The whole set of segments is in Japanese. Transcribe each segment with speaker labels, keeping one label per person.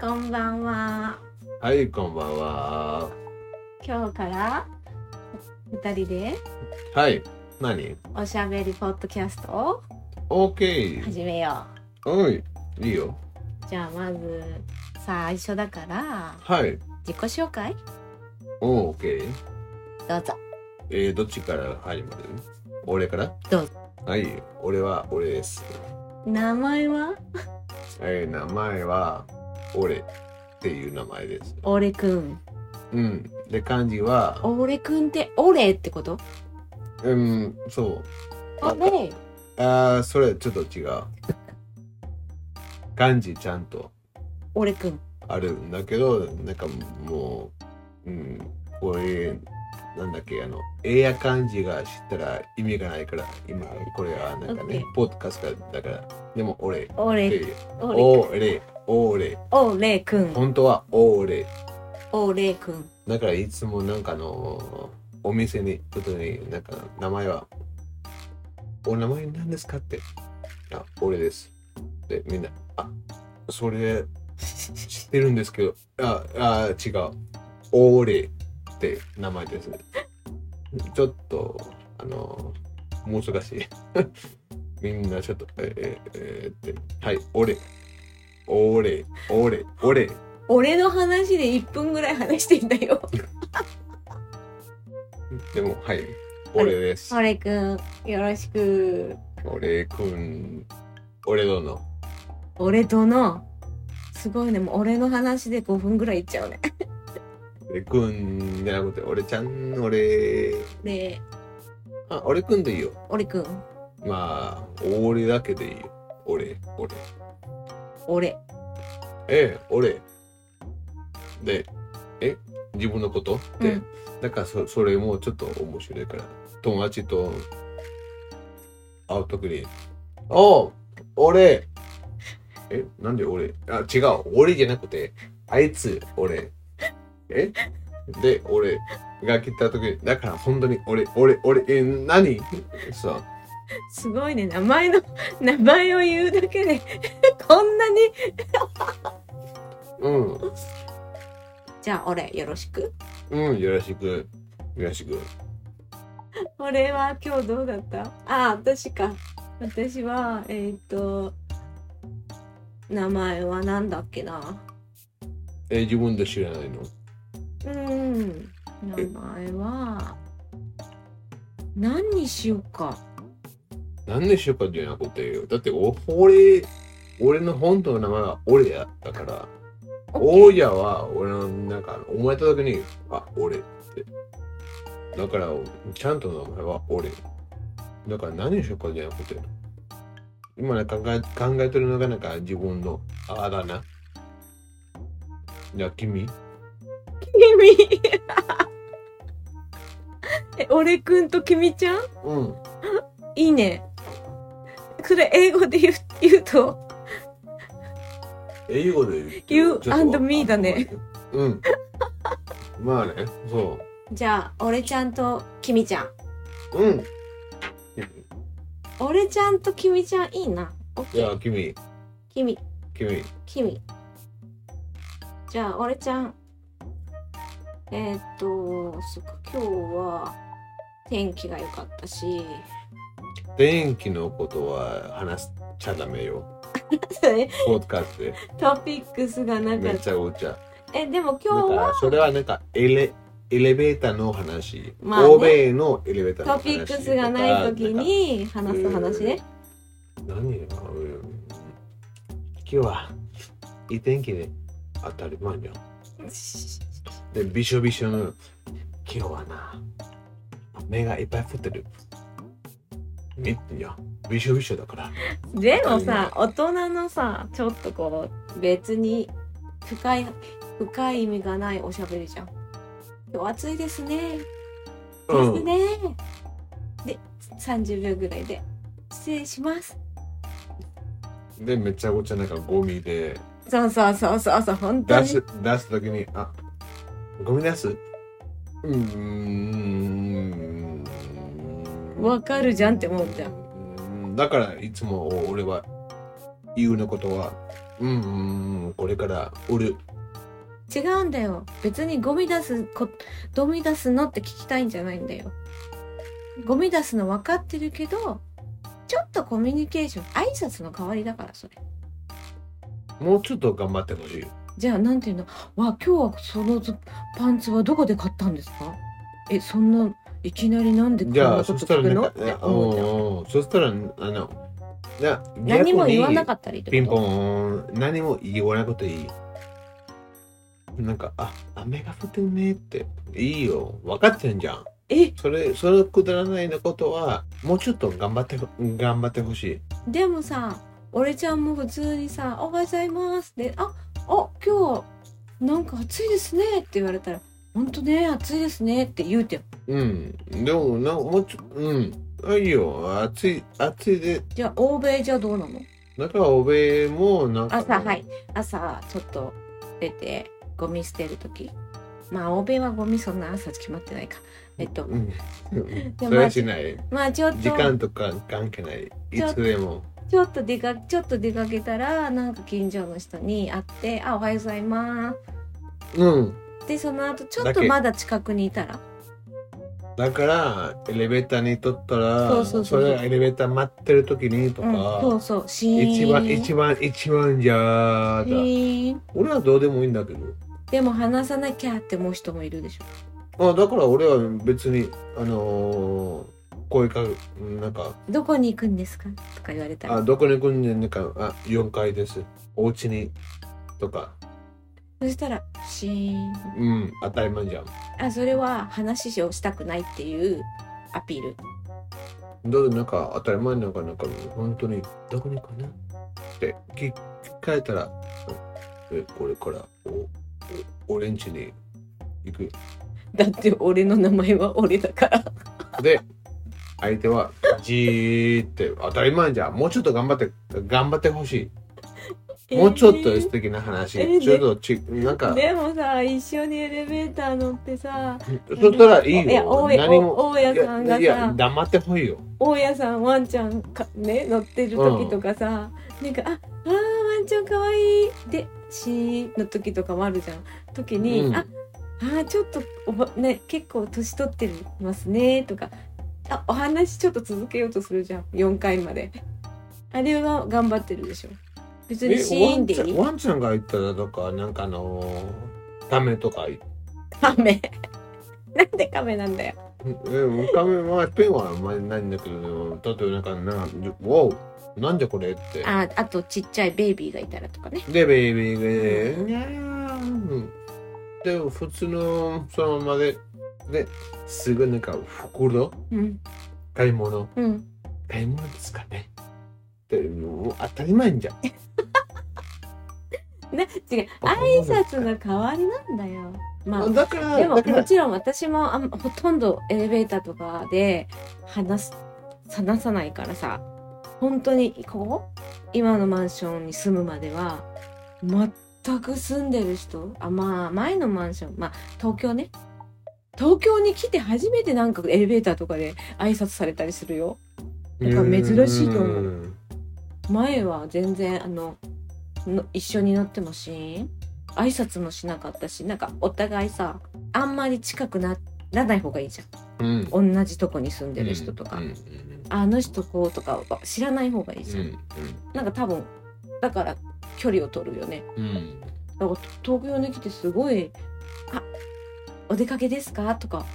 Speaker 1: こんばんは。
Speaker 2: はい、こんばんは。
Speaker 1: 今日から二人で
Speaker 2: はい、何
Speaker 1: おしゃべりポッドキャストを
Speaker 2: ?OK。
Speaker 1: 始めよ
Speaker 2: うん、いいよ。
Speaker 1: う。じゃあまず最初だから
Speaker 2: はい。
Speaker 1: 自己紹介
Speaker 2: お OK。
Speaker 1: どうぞ。
Speaker 2: えー、どっちから始まる俺から
Speaker 1: どうぞ
Speaker 2: はい、俺は俺です。
Speaker 1: 名前は
Speaker 2: えー、名前は俺っていう名前です。
Speaker 1: 俺くん。
Speaker 2: うん。で、漢字は、
Speaker 1: 俺くんって俺ってこと
Speaker 2: うん、そう。
Speaker 1: あ、誰
Speaker 2: あー、それちょっと違う。漢字ちゃんと
Speaker 1: 俺くん。
Speaker 2: あるんだけど、なんかもう、うん、こういう、なんだっけ、あの、英や漢字が知ったら意味がないから、今、これはなんかね
Speaker 1: OK、
Speaker 2: ポッドカストだから、でも俺って
Speaker 1: 俺、
Speaker 2: いう、
Speaker 1: 俺、
Speaker 2: 俺、俺、
Speaker 1: 俺くん。
Speaker 2: 本当は俺。
Speaker 1: 俺くん。
Speaker 2: だからいつもなんかあのお店にちょっとねなんか名前は「お名前何ですか?」って「あ俺です」でみんな「あそれ知ってるんですけどああ違う俺」って名前ですちょっとあの難し いみんなちょっと「えええーって「はい俺俺俺俺」
Speaker 1: 俺の話で1分ぐらい話してんだよ。
Speaker 2: でもはい俺です
Speaker 1: 俺くん、よろしく。
Speaker 2: 俺くん俺殿
Speaker 1: 俺とのすごいねもう俺の話で5分ぐらいいっちゃうね
Speaker 2: 俺くんじゃなくて俺ちゃん俺
Speaker 1: で
Speaker 2: あ俺くんでいいよ
Speaker 1: 俺くん
Speaker 2: まあ俺だけでいいよ俺俺
Speaker 1: 俺
Speaker 2: ええ俺でえ自分のことで、
Speaker 1: うん
Speaker 2: だからそそれもちょっと面白いから友達と会う時に「おう俺えなんで俺あ違う俺じゃなくてあいつ俺えで俺が来た時にだから本当に俺俺俺え何そう
Speaker 1: すごいね名前の 名前を言うだけで こんなに
Speaker 2: うん
Speaker 1: じゃあ俺よろしく
Speaker 2: うんよろしくよろしく
Speaker 1: 俺は今日どうだったあ私か私はえーっ、と名前はなんだっけな
Speaker 2: え自分で知らないの
Speaker 1: うーん名前は何にしようか
Speaker 2: 何でしょうかじゃなくて、だってお俺、俺の本当の名前は俺やだから、王者は俺のなんか思えた時に、あ、俺って。だから、ちゃんと名前は俺。だから何でしょうかじゃなくて、今ね考え考えてるのがなんか自分のあだ名。じゃあ君
Speaker 1: 君 え俺くんと君ちゃん
Speaker 2: うん。
Speaker 1: いいねそれ英語で言う言うと
Speaker 2: 英語で言
Speaker 1: You
Speaker 2: うとちょっとわ
Speaker 1: and me だね。
Speaker 2: うん。 まあね、そう。
Speaker 1: じゃあ俺ちゃんと君ちゃん
Speaker 2: うん。
Speaker 1: 俺ちゃんと君ちゃんいいなオッ
Speaker 2: じ
Speaker 1: ケ
Speaker 2: ゃ
Speaker 1: ー
Speaker 2: あ、君、
Speaker 1: 君
Speaker 2: 君。
Speaker 1: 君じゃあ俺ちゃんえー、っとそっか今日は天気が良かったし
Speaker 2: 天気のことは話しちゃダメよ。
Speaker 1: それ
Speaker 2: ポッドカストで
Speaker 1: トピックスがなか
Speaker 2: め
Speaker 1: っ
Speaker 2: ちゃおちゃ。
Speaker 1: たえでも
Speaker 2: だ
Speaker 1: 今
Speaker 2: か
Speaker 1: 日は
Speaker 2: らそれはなんかエレエレベーターの話、
Speaker 1: まあね
Speaker 2: 欧米のエレベーターの
Speaker 1: ト
Speaker 2: 話。
Speaker 1: ピックスがない時に話す話ね
Speaker 2: だから。なんか何よ、うん今日はいい天気で当たり前じゃん。で、びしょびしょの今日はな、目がいっぱい降ってる。見てよ、びしょびしょだから。
Speaker 1: でもさ大人のさちょっとこう別に深い深い意味がないおしゃべりじゃん今日暑いですねですね、で30秒ぐらいで失礼します
Speaker 2: で、めちゃごちゃなんかゴミで。
Speaker 1: そうそうそうそうそう本当
Speaker 2: 出
Speaker 1: に
Speaker 2: す出すときに、あ、ゴミ出すうーん。
Speaker 1: わかるじゃんって思うじゃん
Speaker 2: ん。だからいつも俺は、言うのことは、うんうんうんこれから売る
Speaker 1: 違うんだよ別にゴミ出すこゴミ出すのって聞きたいんじゃないんだよゴミ出すの分かってるけどちょっとコミュニケーション挨拶の代わりだからそれ
Speaker 2: もうちょっと頑張ってほしい
Speaker 1: じゃあなんていうのわ今日はそのズパンツはどこで買ったんですかえそんないきなりなんでこん
Speaker 2: じゃ
Speaker 1: なこ
Speaker 2: あ
Speaker 1: と
Speaker 2: そした
Speaker 1: 聞
Speaker 2: ら
Speaker 1: く
Speaker 2: なん
Speaker 1: のっ
Speaker 2: か
Speaker 1: て思うじゃん
Speaker 2: おーそしたらあのな
Speaker 1: 何も言わな
Speaker 2: った
Speaker 1: かったりってこと
Speaker 2: ピンポーン何も言わなくていいなんかあ雨が降ってるねっていいよ分かってんじゃん
Speaker 1: え
Speaker 2: それそのくだらないのことはもうちょっと頑張って頑張ってほしい
Speaker 1: でもさ俺ちゃんも普通にさ「おはようございます」で「ああ今日なんか暑いですね」って言われたら「ほんとね暑いですね」って言うてよ
Speaker 2: うんでもなもうちょうんあいいよ暑い暑いで
Speaker 1: じゃあ欧米じゃどうなの
Speaker 2: だから欧米もなんか
Speaker 1: 朝はい朝ちょっと出てゴミ捨てる時まあ欧米はゴミそんな朝決まってないかえっと
Speaker 2: うん
Speaker 1: で
Speaker 2: それはしない
Speaker 1: まあちょっ
Speaker 2: 時
Speaker 1: と
Speaker 2: 間とか関係ないいつでも
Speaker 1: ちょっと出かちょっと出かけたらなんか近所の人に会って「あおはようございます
Speaker 2: うん」
Speaker 1: でその後ちょっ
Speaker 2: だ
Speaker 1: と
Speaker 2: け
Speaker 1: まだ近くにいたら
Speaker 2: だからエレベーターにとったら
Speaker 1: そうそうそうそう
Speaker 2: れはエレベーター待ってる時にとか、
Speaker 1: うん、そうそうシーン
Speaker 2: 一番一番一番じゃ
Speaker 1: シ
Speaker 2: ーだ
Speaker 1: ーン
Speaker 2: 俺はどうでもいいんだけど
Speaker 1: でも話さなきゃって思う人もいるでしょ
Speaker 2: あだから俺は別にあのー声かけなんか
Speaker 1: どこに行くんですかとか言われた
Speaker 2: あ
Speaker 1: ら
Speaker 2: どこに行くんでなんかあ4階ですお家にとか
Speaker 1: そしたらシーン
Speaker 2: うん当たり前じゃん
Speaker 1: あそれは話をしたくないっていうアピール
Speaker 2: だってなんか当たり前なんかなんか本当にどこに行くのって聞聞かれたらうんえこれからおお俺ん家に行く
Speaker 1: だって俺の名前は俺だから
Speaker 2: で相手はじーって当たり前じゃんもうちょっと頑張って頑張ってほしいもうちょっと素敵な話、
Speaker 1: えー
Speaker 2: ちょっとちなんか、
Speaker 1: でもさ一緒にエレベーター乗ってさ
Speaker 2: そしたらいいよ
Speaker 1: いや大家
Speaker 2: 何も
Speaker 1: 大大家さんが
Speaker 2: いやいや
Speaker 1: さ
Speaker 2: 黙ってほいよ
Speaker 1: 大家さんワンちゃんかね乗ってる時とかさ、なんか「ああーワンちゃんかわいい」で「シーン」の時とかもあるじゃん時に「
Speaker 2: うん
Speaker 1: ああーちょっとおば、ね、結構年取ってますね」とかあお話ちょっと続けようとするじゃん4回まであれは頑張ってるでしょ別に
Speaker 2: え
Speaker 1: シーンでいい
Speaker 2: ワンちゃんワンちゃんが言ったらとかなんかあのーためとか言って
Speaker 1: カメ なんでカメなんだよ
Speaker 2: うん、カメはペンはあんまりないんだけど、だってなんかな、おう、なんでこれって。
Speaker 1: ああとちっちゃいベイビーがいたらとかね
Speaker 2: で、ベイビーで、にゃーんで、普通のそのままで、で、すぐなんか袋、
Speaker 1: うん
Speaker 2: 買い物、
Speaker 1: うん
Speaker 2: 買い物ですかね。って、もう当たり前じゃん。
Speaker 1: ね違う挨拶の代わりなんだよまあ
Speaker 2: だから、
Speaker 1: でも
Speaker 2: だか
Speaker 1: も
Speaker 2: ら、。
Speaker 1: ちろん私もあんほとんどエレベーターとかで話す話さないからさ本当にここ今のマンションに住むまでは全く住んでる人あまあ前のマンションまあ東京ね東京に来て初めてなんかエレベーターとかで挨拶されたりするよだから珍しいと思うん前は全然あのの一緒に乗ってもしん挨拶もしなかったしなんかお互いさあんまり近くならない方がいいじゃん
Speaker 2: うん。
Speaker 1: 同じとこに住んでる人とか、
Speaker 2: うんうん
Speaker 1: あの人こうとかは知らない方がいいじ
Speaker 2: う
Speaker 1: ゃん、
Speaker 2: ん
Speaker 1: なんか多分だから距離を取るよね
Speaker 2: うんうん
Speaker 1: だから東京に来てすごい「あお出かけですか?」とか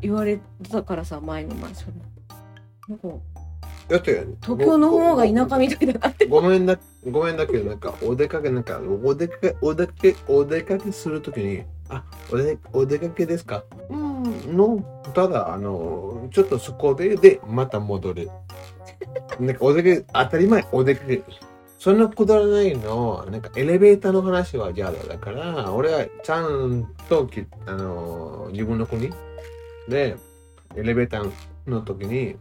Speaker 1: 言われたからさ前のマンションなんか
Speaker 2: だって
Speaker 1: 東京の方が田舎みたいだなって
Speaker 2: ごめんな、ごめんだけど、なんか、お出かけ、なんか、お出かけ、お出かけ、お出かけするときに、あ、おで、お出かけですかうん、の、ただ、あの、ちょっとそこで、で、また戻る。なんか、お出かけ、当たり前、お出かけ。そんなくだらないの、なんか、エレベーターの話は嫌だ。だから、俺は、ちゃんとき、あの、自分の国で、エレベーターの時に、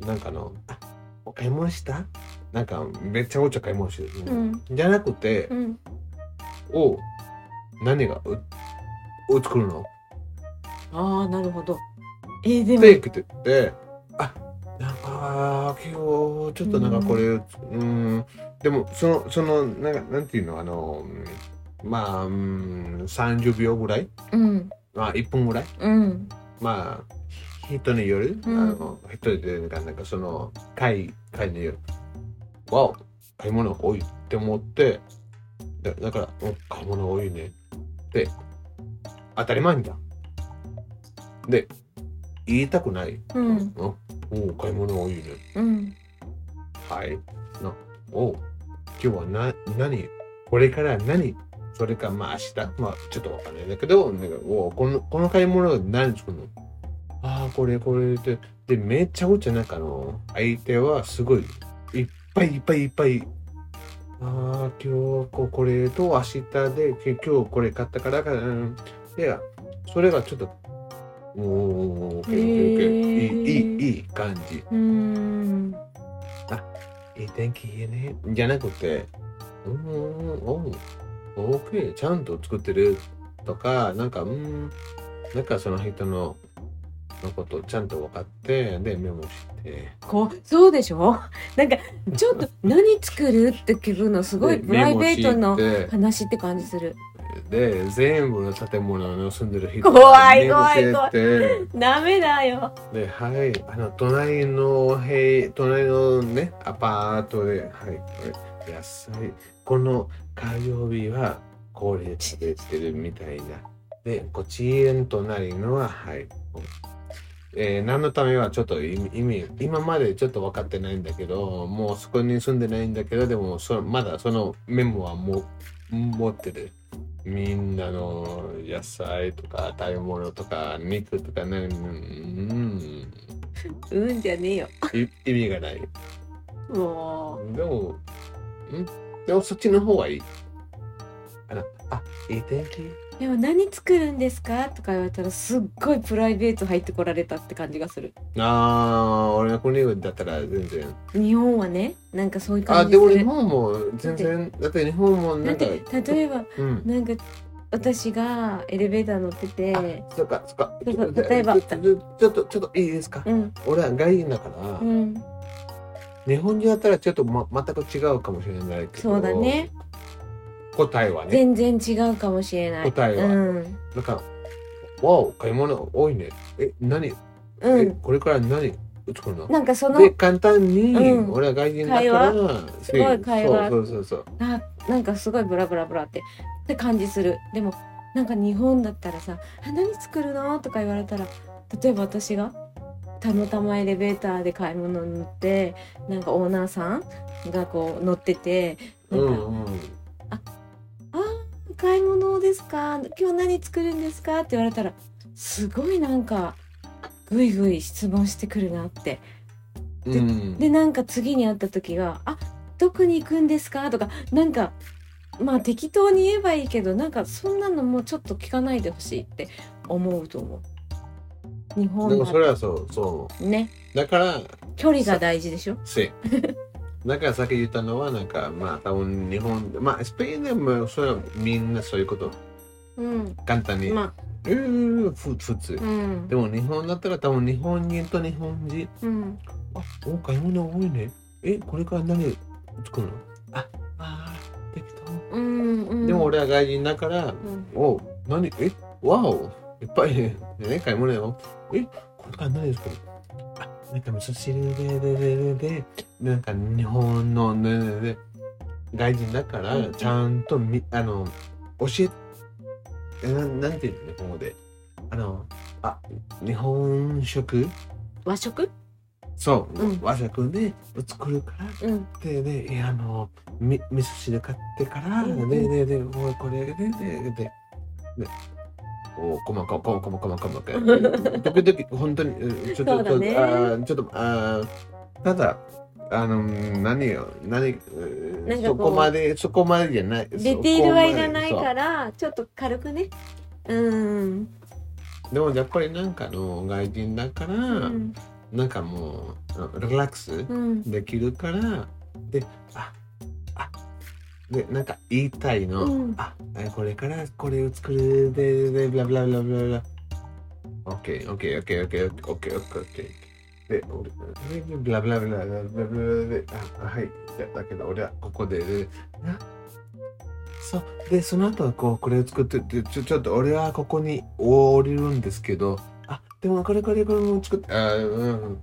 Speaker 2: なんかあの、あ、お買い物したなんかめっちゃお茶買い物してる、
Speaker 1: うん
Speaker 2: じゃなくて、
Speaker 1: うん
Speaker 2: お何がうお作るの
Speaker 1: ああなるほどえーで
Speaker 2: っ
Speaker 1: も
Speaker 2: て言っててあなんかあー今日ちょっとなんかこれうーんでもそのそのなんかなんていうのあのうんまあうん30秒ぐらい
Speaker 1: うん
Speaker 2: まあ1分ぐらい
Speaker 1: うん
Speaker 2: まあ人による、
Speaker 1: うん
Speaker 2: あの人でなんかなんかその会会によるわお買い物多いって思ってだだからお買い物多いねって当たり前だで言いたくない
Speaker 1: うん
Speaker 2: おお買い物多いね
Speaker 1: うん
Speaker 2: はいのお今日はな何これから何それかまあ明日まあちょっとわかんないんだけどなんかおこのこの買い物は何作るのああこれこれででめちゃくちゃなんかあの相手はすごいいっぱいいっぱいいっぱいああ今日ここれと明日でけ今日これ買ったからかうんいやそれがちょっとおおーオッケーオッケーオッケーいいいいいい感じ
Speaker 1: うん
Speaker 2: いい天気いいね。じゃなくて、うーん、おう、オーケー、ちゃんと作ってるとか、なんか、うーん、なんかその人の、のことちゃんと分かって、で、メモして、
Speaker 1: こうそうでしょなんかち ょっと何作るって聞くのすごい
Speaker 2: で
Speaker 1: プライベート
Speaker 2: メモ
Speaker 1: の
Speaker 2: して
Speaker 1: 話って感じする
Speaker 2: で、全部の建物の住んでる人
Speaker 1: 怖い怖い怖い
Speaker 2: い。
Speaker 1: ダメだよ
Speaker 2: で、はい、あの、隣の部屋、隣のね、アパートで、はい、これ、野菜、この火曜日は、これ作ってるみたいな。で、こっちの隣のは、はい、こうえー何のためはちょっと意味、意味今までちょっと分かってないんだけど、もうそこに住んでないんだけど、でもそ、まだそのメモはもう持ってる。みんなの野菜とか食べ物とか肉とかね、うん、
Speaker 1: うんじゃねえよ
Speaker 2: い意味がない。
Speaker 1: も
Speaker 2: でも、んでもそっちの方がいい。あら、あ、いい天気
Speaker 1: うでも何作るんですかとか言われたらすっごいプライベート入ってこられたって感じがする
Speaker 2: ああ、俺の国だったら全然。
Speaker 1: 日本はねなんかそういう
Speaker 2: あ、
Speaker 1: 感じ
Speaker 2: で
Speaker 1: す
Speaker 2: も日
Speaker 1: る
Speaker 2: 本も全然、だって日本も
Speaker 1: だ
Speaker 2: な
Speaker 1: っ
Speaker 2: んか、
Speaker 1: て例えば
Speaker 2: うん。
Speaker 1: なんか私がエレベーター乗ってて
Speaker 2: そっか、そっか。
Speaker 1: そうそう例えば
Speaker 2: ちょちょちょっと、ちょっといいですか。
Speaker 1: うん
Speaker 2: 俺は外人だから、
Speaker 1: うん
Speaker 2: 日本人だったらちょっと、ま、全く違うかもしれないけど。
Speaker 1: そうだね。
Speaker 2: 答えはね。
Speaker 1: 全然違うかもしれない
Speaker 2: 答えは
Speaker 1: うん
Speaker 2: なんか、わお、買い物多いね。え、何、
Speaker 1: う
Speaker 2: え
Speaker 1: ん
Speaker 2: これから何作るの
Speaker 1: なんかその
Speaker 2: で、簡単に、
Speaker 1: うん
Speaker 2: 俺は外人だから、す
Speaker 1: ごい会話
Speaker 2: そうそうそう
Speaker 1: あなんかすごいブラブラブラってって感じするでもなんか日本だったらさ「あ何作るの?」とか言われたら例えば私がたまたまエレベーターで買い物に乗ってなんかオーナーさんがこう乗ってて
Speaker 2: そ
Speaker 1: な
Speaker 2: う。うん
Speaker 1: か、
Speaker 2: んうん。
Speaker 1: あー買い物ですか今日何作るんですか?」って言われたらすごいなんかぐいぐい質問してくるなって
Speaker 2: うん、
Speaker 1: でなんか次に会った時が「あどこに行くんですか?」とかなんかまあ適当に言えばいいけどなんかそんなのもうちょっと聞かないでほしいって思うと思う日
Speaker 2: で
Speaker 1: 本
Speaker 2: もそれ
Speaker 1: は
Speaker 2: はそう、そ
Speaker 1: ね
Speaker 2: う。だから、
Speaker 1: 距離が大事でしょ
Speaker 2: せ。だからさっき言ったのは、なんか、まあ、多分日本、まあ、スペインでも、それはみんなそういうこと、
Speaker 1: うん
Speaker 2: 簡単に、
Speaker 1: まあ
Speaker 2: えー、ふ普通。
Speaker 1: うん
Speaker 2: でも日本だったら多分日本人と日本人、
Speaker 1: うん
Speaker 2: あ、お買い物多いね。え、これから何作るのあ、あー、適
Speaker 1: うんう
Speaker 2: 当。
Speaker 1: ん
Speaker 2: でも俺は外人だから、
Speaker 1: うん
Speaker 2: お、何、え、わお、いっぱいね、ね買い物よ。え、これから何作るあ、なんか味噌汁で、で、で、で、で、なんか日本のね、ね、ね、外人だから
Speaker 1: う、ん
Speaker 2: ちゃんとみ、あの、教え、えななんていうの、日本語で。あの、あ、日本食
Speaker 1: 和食
Speaker 2: そう、
Speaker 1: うん
Speaker 2: 和食で作るから
Speaker 1: うん
Speaker 2: でねえあのみ味噌汁買ってから、
Speaker 1: うんうん
Speaker 2: ねねねもうこれでねでででおこまかこまかこまかこまか 時々本当にうんちょっと
Speaker 1: そうだね
Speaker 2: ちょっとあーちょっとあーただあの何よ何うん
Speaker 1: なんかこ
Speaker 2: そうこまでそこまでじゃない
Speaker 1: 出ている間
Speaker 2: そこまで
Speaker 1: ないからちょっと軽くねうん
Speaker 2: そうでもやっぱりなんかあの外人だから、
Speaker 1: うん
Speaker 2: なんかもうあのリラックス、
Speaker 1: うん
Speaker 2: できるからでああでなんか言いたいの、
Speaker 1: うん
Speaker 2: あえこれからこれを作るでででブラブラブラブラブラオッケーオッケーオッケーオッケーオッケーオッケーオッケーで、俺、ブラブラブラブラブラブラで、あ、はい。だだけど、俺はここで、でなそう。で、その後、こう、これを作ってって、ちょ、ちょっと俺はここに降りるんですけど、あ、でもこれこれこれも作って、あ、うん、